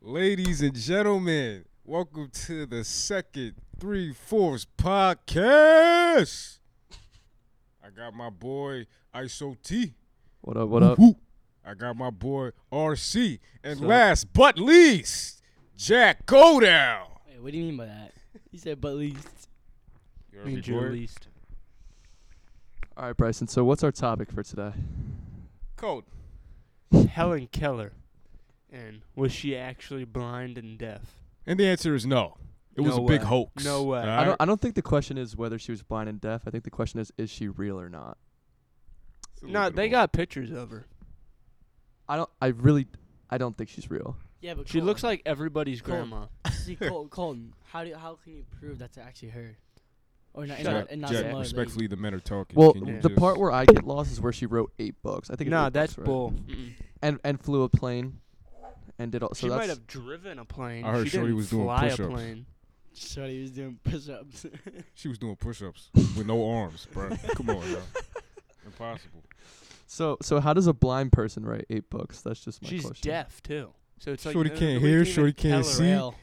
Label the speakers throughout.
Speaker 1: Ladies and gentlemen, welcome to the second three fourths podcast. I got my boy ISO T.
Speaker 2: What up? What up?
Speaker 1: Woo. I got my boy RC. And
Speaker 2: So-
Speaker 1: last but least, Jack Godown.
Speaker 3: Wait, what do you mean by that? He said, but least.
Speaker 1: You heard me,
Speaker 4: Means you're
Speaker 1: boy?
Speaker 4: released.
Speaker 2: All right, Bryson. So, what's our topic for today?
Speaker 1: Code.
Speaker 4: Helen Keller. And was she actually blind and deaf?
Speaker 1: And the answer is no. It was a
Speaker 4: No
Speaker 1: big
Speaker 4: way.
Speaker 1: hoax.
Speaker 4: No way. I
Speaker 2: I
Speaker 1: Alright?
Speaker 2: don't. I don't think the question is whether she was blind and deaf. I think the question is, is she real or not?
Speaker 1: It's a little
Speaker 4: No,
Speaker 1: bit
Speaker 4: they
Speaker 1: of a-
Speaker 4: got pictures of her.
Speaker 2: I don't. I really. I don't think she's real.
Speaker 3: Yeah, but
Speaker 4: She
Speaker 3: Colton,
Speaker 4: looks like everybody's
Speaker 3: Cool.
Speaker 4: grandma.
Speaker 3: See, Col- Colton, how do you, how can you prove that's actually her? Or not? And
Speaker 2: Shut
Speaker 3: not,
Speaker 2: up,
Speaker 3: and not
Speaker 1: Jack,
Speaker 3: some other lady?
Speaker 1: respectfully, the men are talking.
Speaker 2: Well,
Speaker 1: Can you
Speaker 2: the
Speaker 1: just-
Speaker 2: part where I get lost is where she wrote eight books. I think. it's
Speaker 4: Nah,
Speaker 2: eight
Speaker 4: that's
Speaker 2: books, right?
Speaker 4: bull. Mm-mm.
Speaker 2: And and flew a plane, and did all. So
Speaker 4: she
Speaker 2: that's.
Speaker 4: might have driven a plane.
Speaker 1: I heard
Speaker 4: she
Speaker 1: Shorty
Speaker 4: didn't
Speaker 1: was doing
Speaker 4: fly a
Speaker 1: push-ups.
Speaker 4: plane.
Speaker 3: Shut up, he was doing push-ups.
Speaker 1: she was doing push-ups with no arms, bro. Come on, now. impossible.
Speaker 2: So so how does a blind person write eight books? That's just my
Speaker 4: She's
Speaker 2: question.
Speaker 4: deaf too. So it's like
Speaker 1: Shorty
Speaker 4: no,
Speaker 1: can't
Speaker 4: we
Speaker 1: hear,
Speaker 4: even
Speaker 1: Shorty
Speaker 4: tell
Speaker 1: can't
Speaker 4: her.
Speaker 1: see.
Speaker 3: Real.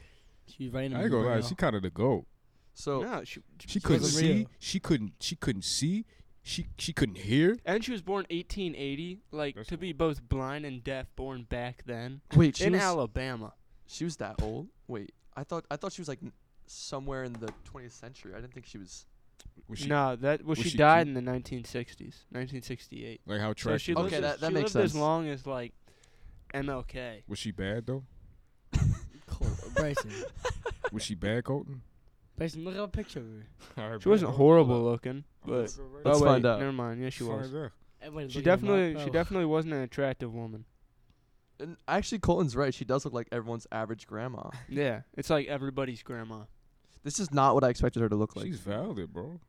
Speaker 3: She was writing
Speaker 1: I ain't gonna lie, she kind of the goat.
Speaker 2: So
Speaker 4: No, she,
Speaker 1: She couldn't
Speaker 3: wasn't
Speaker 1: see.
Speaker 3: real.
Speaker 1: She couldn't. She couldn't see. She she couldn't hear.
Speaker 4: and she was born 1880. Like
Speaker 1: That's
Speaker 4: to be both blind and deaf, born back then
Speaker 2: wait, she
Speaker 4: in
Speaker 2: was
Speaker 4: Alabama.
Speaker 2: she was that old. Wait, I thought I thought she was like n- somewhere in the 20th century. I didn't think she was.
Speaker 1: Was she
Speaker 4: no, that well,
Speaker 1: was
Speaker 4: she,
Speaker 1: she
Speaker 4: died in the 1960s, 1968.
Speaker 1: like how
Speaker 4: So
Speaker 1: trash?
Speaker 4: she
Speaker 1: was?
Speaker 4: lived,
Speaker 2: Okay,
Speaker 4: as,
Speaker 2: that- that
Speaker 4: she
Speaker 2: makes
Speaker 4: lived as
Speaker 2: sense.
Speaker 4: long as like MLK.
Speaker 1: was she bad though?
Speaker 3: Col- Bryson,
Speaker 1: Was she bad, Colton?
Speaker 3: Bryson, look up a picture of her.
Speaker 4: She wasn't horrible looking, but
Speaker 2: Let's
Speaker 4: oh, wait,
Speaker 2: find out.
Speaker 4: Never mind. Yeah, she was.
Speaker 3: Everybody look at him
Speaker 4: She
Speaker 3: up,
Speaker 4: definitely, she
Speaker 3: bro.
Speaker 4: definitely wasn't an attractive woman.
Speaker 2: And actually, Colton's right. She does look like everyone's average grandma.
Speaker 4: Yeah, it's like everybody's grandma.
Speaker 2: This is not what I expected her to look like.
Speaker 1: She's valid, bro.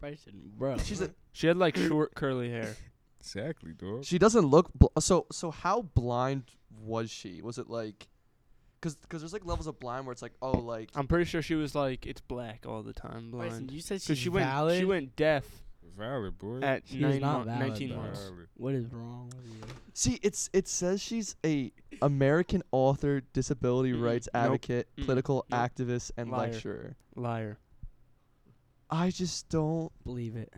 Speaker 3: Bryson, bro.
Speaker 2: She's a,
Speaker 4: She had like short curly hair.
Speaker 1: Exactly, dog.
Speaker 2: she doesn't look bl- so so. How blind was she? Was it like, cause cause there's like levels of blind where it's like oh like
Speaker 4: I'm pretty sure she was like it's black all the time,
Speaker 3: Bryson,
Speaker 4: blind.
Speaker 3: you said she's
Speaker 4: Because she went,
Speaker 3: valid.
Speaker 4: she went deaf
Speaker 1: Valid, boy.
Speaker 4: at
Speaker 3: She was
Speaker 4: nine
Speaker 3: not
Speaker 4: mon-
Speaker 3: valid,
Speaker 4: 19
Speaker 3: though.
Speaker 4: months.
Speaker 1: Valid.
Speaker 3: What is wrong with you?
Speaker 2: see it's it says she's a American author, disability
Speaker 4: Mm-mm.
Speaker 2: rights
Speaker 4: Mm-hmm. Nope.
Speaker 2: advocate,
Speaker 4: Mm-mm.
Speaker 2: political
Speaker 4: Nope.
Speaker 2: activist, and
Speaker 4: Liar.
Speaker 2: lecturer.
Speaker 4: Liar.
Speaker 2: I just don't.
Speaker 3: Believe it.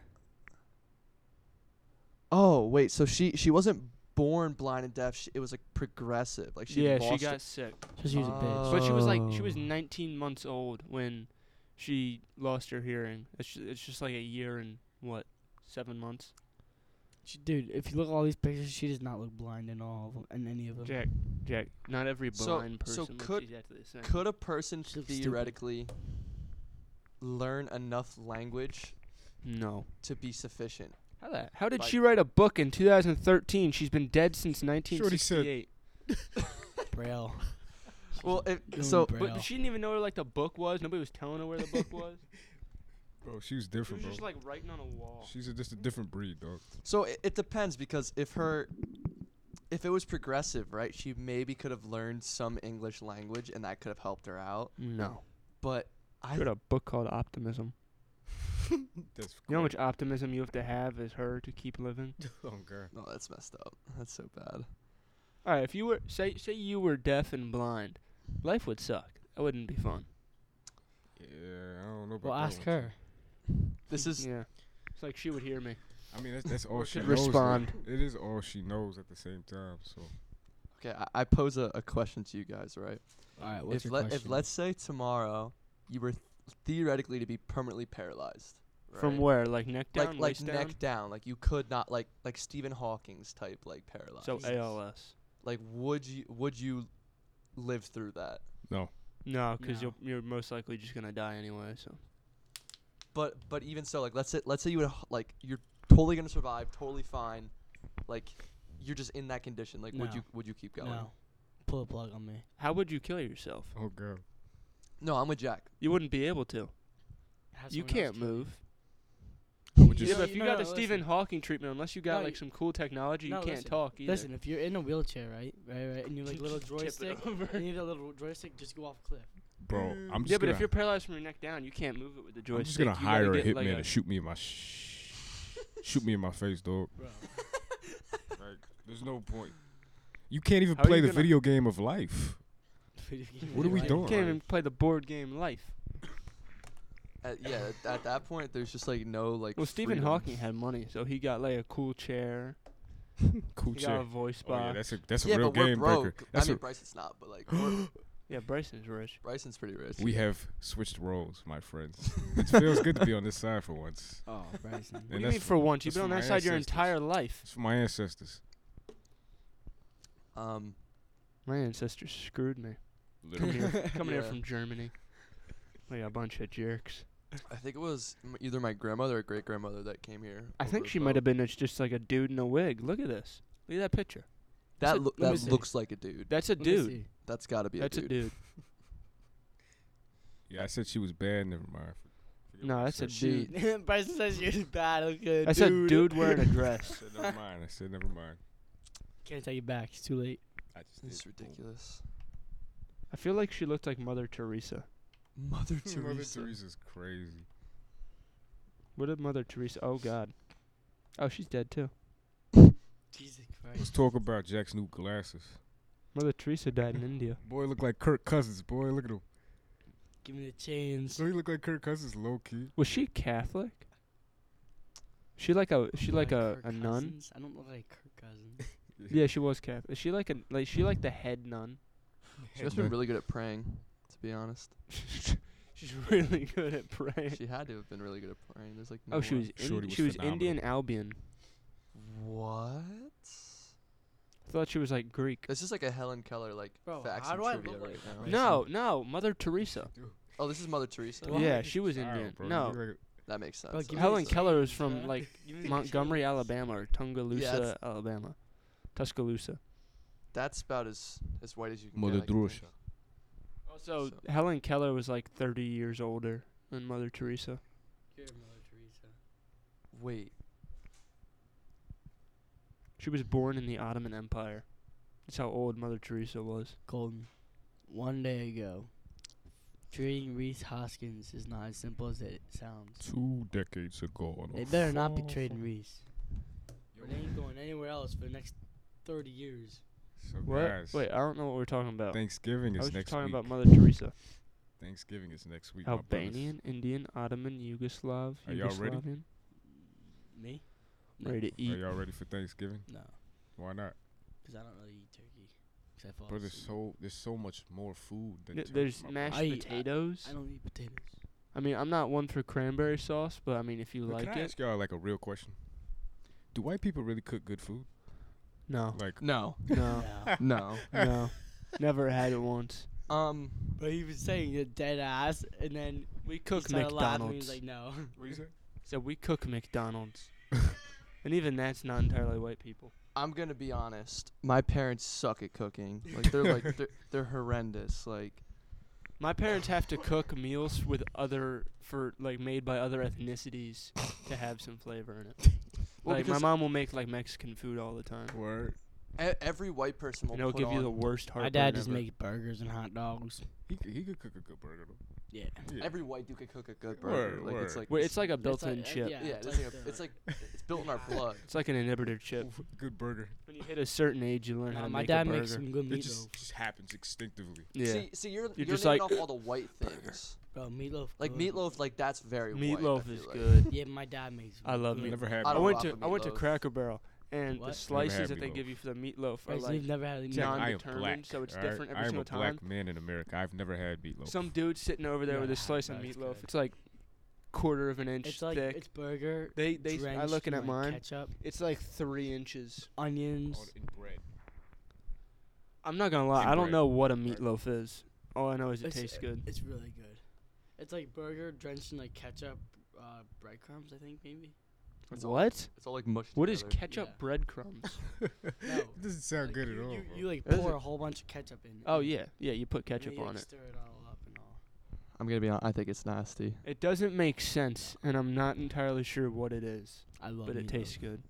Speaker 2: Oh wait, so she she wasn't born blind and deaf. She, it was like progressive. Like she
Speaker 4: yeah,
Speaker 2: lost
Speaker 4: she
Speaker 2: it-
Speaker 4: got sick.
Speaker 3: So she was a bitch.
Speaker 4: But she was like, she was
Speaker 2: Oh.
Speaker 4: 19 months old when she lost her hearing. It's just, it's just like a year and what, seven months.
Speaker 3: She, dude, if you look at all these pictures, she does not look blind in all of them, in any of them.
Speaker 4: Jack, Jack. Not every
Speaker 2: So-
Speaker 4: blind
Speaker 2: so
Speaker 4: person looks
Speaker 2: could-
Speaker 4: exactly the same.
Speaker 2: Could a person
Speaker 3: She looks stupid.
Speaker 2: theoretically learn enough language
Speaker 4: No.
Speaker 2: to be sufficient?
Speaker 4: How that? How did
Speaker 2: Like-
Speaker 4: she write a book in 2013? She's been dead since
Speaker 1: Shorty said-
Speaker 4: 1968.
Speaker 3: Braille.
Speaker 2: Well, if,
Speaker 3: Doing
Speaker 2: so
Speaker 3: Braille.
Speaker 4: But she didn't even know where like the book was. Nobody was telling her where the book was.
Speaker 1: Bro, she was
Speaker 4: She was
Speaker 1: different,
Speaker 4: just
Speaker 1: bro.
Speaker 4: like writing on a wall.
Speaker 1: She's a- just a different breed, dog.
Speaker 2: so it, it depends because if her if it was progressive, right? She maybe could have learned some English language and that could have helped her out.
Speaker 4: No.
Speaker 2: But I
Speaker 4: She wrote a book called Optimism.
Speaker 1: That's
Speaker 4: You know how much optimism you have to have as her to keep living.
Speaker 1: Oh god.
Speaker 2: no, that's messed up. That's so bad.
Speaker 4: All right, if you were say say you were deaf and blind, life would suck. That wouldn't be fun.
Speaker 1: Yeah, I don't know about
Speaker 3: well,
Speaker 1: that
Speaker 3: ask
Speaker 1: one.
Speaker 3: her.
Speaker 2: This is
Speaker 4: Yeah. It's like she would hear me.
Speaker 1: I mean, that's, that's all
Speaker 4: Or
Speaker 1: she
Speaker 4: could
Speaker 1: knows. though.
Speaker 4: respond.
Speaker 1: It is all she knows at the same time. So
Speaker 2: okay. I, I pose a, a question to you guys, right?
Speaker 3: All right, what's
Speaker 2: if
Speaker 3: your
Speaker 2: let if
Speaker 3: question?
Speaker 2: let's say tomorrow you were theoretically to be permanently paralyzed
Speaker 4: From
Speaker 2: right?
Speaker 4: where? Like neck down,
Speaker 2: like like
Speaker 4: waist
Speaker 2: neck down. like you could not like like Stephen Hawking's type like
Speaker 4: down.
Speaker 2: paralyzed.
Speaker 4: So eh, ALS.
Speaker 2: like would you would you live through that?
Speaker 1: no,
Speaker 4: No, because
Speaker 3: No.
Speaker 4: you're you're most likely just gonna die anyway. So
Speaker 2: But but even so, like let's say let's say you would h- like you're totally gonna survive, totally fine, like you're just in that condition. Like would
Speaker 3: No.
Speaker 2: you would you keep going?
Speaker 3: no, pull a plug on me.
Speaker 4: how would you kill yourself?
Speaker 1: oh god.
Speaker 2: No, I'm with Jack.
Speaker 4: You wouldn't be able to.
Speaker 3: Have
Speaker 4: You
Speaker 3: someone else
Speaker 4: can't
Speaker 3: kill me.
Speaker 4: move.
Speaker 1: I would
Speaker 3: You
Speaker 4: yeah,
Speaker 1: just
Speaker 3: know-
Speaker 4: but if you
Speaker 3: no,
Speaker 4: got
Speaker 3: no,
Speaker 4: the
Speaker 3: listen.
Speaker 4: Stephen Hawking treatment, unless you got
Speaker 3: No,
Speaker 4: like
Speaker 3: you-
Speaker 4: some cool technology,
Speaker 3: no,
Speaker 4: you can't
Speaker 3: listen.
Speaker 4: talk either.
Speaker 3: Listen, if you're in a wheelchair, right, right, right, and you like little
Speaker 4: Tip it
Speaker 3: joystick,
Speaker 4: over.
Speaker 3: you need a little joystick, just go off a cliff.
Speaker 1: bro. I'm just
Speaker 4: yeah, but
Speaker 1: gonna,
Speaker 4: if you're paralyzed from your neck down, you can't move it with the joystick.
Speaker 1: I'm just gonna
Speaker 4: You gotta
Speaker 1: hire a
Speaker 4: get,
Speaker 1: hitman
Speaker 4: like,
Speaker 1: to shoot me in my sh- shoot me in my face, dog.
Speaker 3: Bro,
Speaker 1: Like, there's no point. You can't even
Speaker 4: How are
Speaker 1: play
Speaker 4: you
Speaker 1: the
Speaker 4: gonna-
Speaker 1: video game of life.
Speaker 3: video game.
Speaker 1: What are we
Speaker 3: Like,
Speaker 1: doing?
Speaker 4: You can't even play the board game Life.
Speaker 2: At, Uh, yeah, at, at that point, there's just like no like.
Speaker 4: Well, Stephen
Speaker 2: freedom.
Speaker 4: Hawking had money, so he got like a cool chair.
Speaker 1: Cool
Speaker 4: He got a
Speaker 1: chair.
Speaker 4: voice
Speaker 1: Oh, yeah,
Speaker 4: box.
Speaker 1: that's a that's a
Speaker 2: yeah,
Speaker 1: real
Speaker 2: but we're
Speaker 1: game breaker.
Speaker 2: broke. I
Speaker 1: That's
Speaker 2: mean,
Speaker 1: a,
Speaker 2: Bryson's not, but like we're-
Speaker 4: yeah, Bryson's rich.
Speaker 2: Bryson's pretty rich.
Speaker 1: we have switched roles, my friends. it feels good to be on this side for once.
Speaker 3: Oh, Bryson.
Speaker 4: What do you
Speaker 1: that's
Speaker 4: mean for once? You've
Speaker 1: that's
Speaker 4: been on
Speaker 1: for
Speaker 4: that
Speaker 1: my
Speaker 4: side your
Speaker 1: ancestors.
Speaker 4: entire life.
Speaker 1: It's for my ancestors.
Speaker 2: um,
Speaker 4: My ancestors screwed me. Coming
Speaker 1: Literally.
Speaker 4: here, coming here
Speaker 2: Yeah.
Speaker 4: from Germany. Like a bunch of jerks.
Speaker 2: I think it was m- either my grandmother or great grandmother that came here.
Speaker 4: I
Speaker 2: over
Speaker 4: think
Speaker 2: a
Speaker 4: she might
Speaker 2: boat.
Speaker 4: have been a- just like a dude in a wig. Look at this. Look at that picture.
Speaker 2: That
Speaker 4: said-
Speaker 2: loo-
Speaker 4: let me
Speaker 2: that
Speaker 4: see.
Speaker 2: looks like a dude.
Speaker 4: That's a dude.
Speaker 2: That's got to be
Speaker 4: That's
Speaker 2: a dude.
Speaker 1: yeah, I said she was bad. Never mind. Forget
Speaker 4: No,
Speaker 1: what I
Speaker 4: that's a
Speaker 1: said.
Speaker 4: dude.
Speaker 3: Bryson says you're bad. Look good.
Speaker 4: That's a dude wearing a dress.
Speaker 1: I said never mind. I said never mind.
Speaker 3: Can't take it back. It's too late.
Speaker 1: I just
Speaker 2: It's
Speaker 1: did.
Speaker 2: ridiculous.
Speaker 4: I feel like she looked like Mother Teresa.
Speaker 2: Mother Teresa.
Speaker 1: Mother Teresa's crazy.
Speaker 4: What did Mother Teresa? Oh God. Oh, she's dead too.
Speaker 3: Jesus
Speaker 1: Let's
Speaker 3: Christ.
Speaker 1: talk about Jack's new glasses.
Speaker 4: Mother Teresa died in India.
Speaker 1: Boy, look like Kirk Cousins. Boy, look at him.
Speaker 3: Give me the chains.
Speaker 1: So he look like Kirk Cousins, low key.
Speaker 4: Was she Catholic? She like a she like a,
Speaker 3: Kirk
Speaker 4: a nun.
Speaker 3: Cousins? I don't look like Kirk Cousins.
Speaker 4: Yeah, she was Catholic. Is she like a like she like the head nun?
Speaker 2: She must have been really good at praying, to be honest.
Speaker 4: She's really good at praying.
Speaker 2: She had to have been really good at praying. There's like no
Speaker 4: Eh. Oh, she
Speaker 2: way.
Speaker 4: was in,
Speaker 1: Shorty was
Speaker 4: she was
Speaker 1: phenomenal.
Speaker 4: Indian Albion.
Speaker 2: What?
Speaker 4: I thought she was like Greek.
Speaker 2: This is like a Helen Keller like
Speaker 3: Bro,
Speaker 2: facts
Speaker 3: how
Speaker 2: and
Speaker 3: do I
Speaker 2: trivia
Speaker 3: look
Speaker 2: right
Speaker 3: like
Speaker 2: now.
Speaker 3: that?
Speaker 4: No, no, Mother Teresa.
Speaker 2: Oh, this is Mother Teresa.
Speaker 3: What?
Speaker 4: Yeah, she was
Speaker 1: Wow,
Speaker 4: Indian.
Speaker 1: bro, you
Speaker 4: no,
Speaker 1: look like a-
Speaker 2: That makes sense.
Speaker 3: Bro,
Speaker 2: That
Speaker 3: give me
Speaker 4: Helen
Speaker 3: the
Speaker 2: makes sense.
Speaker 4: Keller
Speaker 3: chains,
Speaker 4: is from
Speaker 3: bro.
Speaker 4: like
Speaker 3: Give me the
Speaker 4: Montgomery,
Speaker 3: chains.
Speaker 4: Alabama, or Tuscaloosa, Alabama, Tuscaloosa.
Speaker 2: That's about as as white as you can
Speaker 1: Mother
Speaker 2: get. I think.
Speaker 1: Teresa.
Speaker 4: Also,
Speaker 2: So-
Speaker 4: Oh, Helen Keller was like 30 years older than Mother Teresa.
Speaker 3: You're Mother Teresa.
Speaker 2: Wait,
Speaker 4: She was born in the Ottoman Empire. That's how old Mother Teresa was.
Speaker 3: Colton, one day ago, treating Reese Hoskins is not as simple as it sounds.
Speaker 1: Two decades ago. on a
Speaker 3: They better not be
Speaker 1: far-
Speaker 3: trading Reese. Or they ain't going anywhere else for the next 30 years.
Speaker 1: So
Speaker 4: What?
Speaker 1: guys,
Speaker 4: Wait, I don't know what we're talking about.
Speaker 1: Thanksgiving
Speaker 4: I was
Speaker 1: is
Speaker 4: just
Speaker 1: next
Speaker 4: talking
Speaker 1: week.
Speaker 4: about Mother Teresa.
Speaker 1: Thanksgiving is next week. my brothers.
Speaker 4: Albanian, Indian, Ottoman, Yugoslav,
Speaker 1: Are y'all ready?
Speaker 4: Yugoslavian.
Speaker 3: Me? No.
Speaker 4: Ready to
Speaker 1: Are
Speaker 4: eat. Oh,
Speaker 1: y'all ready for Thanksgiving?
Speaker 3: No,
Speaker 1: Why not?
Speaker 3: because I don't really eat turkey. 'Cause I fall
Speaker 1: But there's
Speaker 3: asleep.
Speaker 1: so there's so much more food than
Speaker 4: Th-
Speaker 1: turkey,
Speaker 4: There's
Speaker 1: my
Speaker 4: mashed
Speaker 3: I- I-
Speaker 4: potatoes.
Speaker 3: I don't eat potatoes.
Speaker 4: I mean, I'm not one for cranberry sauce, but I mean, if you
Speaker 1: But
Speaker 4: like
Speaker 1: Can I
Speaker 4: it,
Speaker 1: ask y'all like a real question? Do white people really cook good food?
Speaker 4: no,
Speaker 1: Like,
Speaker 2: no,
Speaker 4: no,
Speaker 2: no.
Speaker 4: no, never had it once.
Speaker 2: Um,
Speaker 3: But he was saying you're dead ass, and then
Speaker 4: We
Speaker 3: he
Speaker 4: cook
Speaker 3: started laughing. He
Speaker 4: McDonald's.
Speaker 3: was like, no.
Speaker 1: what you say?
Speaker 4: so we cook McDonald's, and even that's not entirely white people.
Speaker 2: I'm gonna be honest. My parents suck at cooking. Like they're like they're, they're horrendous. Like
Speaker 4: My parents have to cook meals with other for like made by other ethnicities to have some flavor in it.
Speaker 2: Well,
Speaker 4: like my
Speaker 2: because-
Speaker 4: mom will make like Mexican food all the time,
Speaker 1: Word.
Speaker 2: e- every white person will
Speaker 4: and it'll
Speaker 2: put
Speaker 4: give you
Speaker 2: on-
Speaker 4: the worst
Speaker 3: My
Speaker 4: heartburn
Speaker 3: dad just
Speaker 4: ever.
Speaker 3: makes burgers and hot dogs.
Speaker 1: He could, he could cook a good burger though.
Speaker 3: Yeah.
Speaker 1: Yeah.
Speaker 2: every white dude could cook a good burger.
Speaker 1: Word,
Speaker 2: like it's
Speaker 1: word.
Speaker 2: like
Speaker 4: Wait, it's like a
Speaker 3: That's
Speaker 4: built-in
Speaker 3: like- uh,
Speaker 4: chip.
Speaker 3: yeah,
Speaker 2: yeah, it's
Speaker 3: it's
Speaker 2: like,
Speaker 3: like
Speaker 2: a,
Speaker 3: the-
Speaker 2: it's like it's built in our blood.
Speaker 4: It's like an inhibitor chip.
Speaker 1: Oof, good burger.
Speaker 4: When you hit a certain age, you learn how
Speaker 3: Nah,
Speaker 4: to
Speaker 3: my
Speaker 4: make
Speaker 3: dad
Speaker 4: a burger.
Speaker 3: makes some good
Speaker 1: It
Speaker 3: meatloaf.
Speaker 1: just, just happens instinctively.
Speaker 4: yeah,
Speaker 2: See, see, you're you're,
Speaker 4: just
Speaker 2: naming
Speaker 4: like-
Speaker 2: off all the white things.
Speaker 3: Bro, meatloaf.
Speaker 2: Like
Speaker 3: good.
Speaker 2: meatloaf, like that's very white, I
Speaker 4: meatloaf
Speaker 2: feel
Speaker 4: is
Speaker 2: like.
Speaker 4: good.
Speaker 3: Yeah, my dad makes.
Speaker 4: I love
Speaker 3: good-
Speaker 4: meatloaf.
Speaker 1: Never had.
Speaker 2: I
Speaker 4: I
Speaker 1: one.
Speaker 2: don't
Speaker 4: went
Speaker 2: rock
Speaker 4: to
Speaker 2: with
Speaker 4: I went to
Speaker 2: meatloaf.
Speaker 4: Cracker Barrel,
Speaker 3: What?
Speaker 4: and
Speaker 3: Never
Speaker 4: the slices
Speaker 1: had
Speaker 4: that they
Speaker 1: meatloaf.
Speaker 4: give you for the meatloaf are
Speaker 3: Bryson,
Speaker 4: like
Speaker 3: you've never had any
Speaker 4: John-
Speaker 1: I am
Speaker 4: non-determined,
Speaker 1: black.
Speaker 4: so it's
Speaker 1: alright?
Speaker 4: different every
Speaker 1: I am
Speaker 4: single
Speaker 1: a black
Speaker 4: time.
Speaker 1: man in America. I've never had meatloaf.
Speaker 4: some dude sitting over there with a
Speaker 3: Yeah,
Speaker 4: slice of
Speaker 3: that's
Speaker 4: meatloaf.
Speaker 3: good.
Speaker 4: It's like quarter of an inch
Speaker 3: It's like
Speaker 4: thick.
Speaker 3: it's burger.
Speaker 4: they they s- I
Speaker 3: drenched
Speaker 4: looking
Speaker 3: in,
Speaker 4: at
Speaker 3: like,
Speaker 4: mine.
Speaker 3: Ketchup,
Speaker 4: It's like three inches.
Speaker 3: onions.
Speaker 1: Oh, in bread.
Speaker 4: I'm not gonna lie.
Speaker 1: And
Speaker 4: I don't
Speaker 1: bread.
Speaker 4: know what a meatloaf is. All I know is it
Speaker 3: It's-
Speaker 4: tastes good.
Speaker 3: It's really good. It's like burger drenched in like ketchup, uh, breadcrumbs. I think maybe.
Speaker 2: It's all-
Speaker 4: What?
Speaker 2: It's all like mushed
Speaker 4: What is
Speaker 2: together.
Speaker 4: ketchup
Speaker 3: Yeah.
Speaker 4: breadcrumbs?
Speaker 3: No.
Speaker 1: It doesn't sound
Speaker 3: like,
Speaker 1: good
Speaker 3: you,
Speaker 1: at all.
Speaker 3: You,
Speaker 1: bro.
Speaker 3: you like
Speaker 4: Is
Speaker 3: pour
Speaker 4: it?
Speaker 3: a whole bunch of ketchup in.
Speaker 4: oh
Speaker 3: and
Speaker 4: yeah, yeah. You put
Speaker 3: then
Speaker 4: ketchup
Speaker 3: you, like,
Speaker 4: on it.
Speaker 3: Stir it all up and all.
Speaker 2: I'm gonna be honest. I think it's nasty.
Speaker 4: It doesn't make sense, and I'm not entirely sure what it is,
Speaker 3: I love.
Speaker 4: but it
Speaker 3: meatloaf.
Speaker 4: tastes good.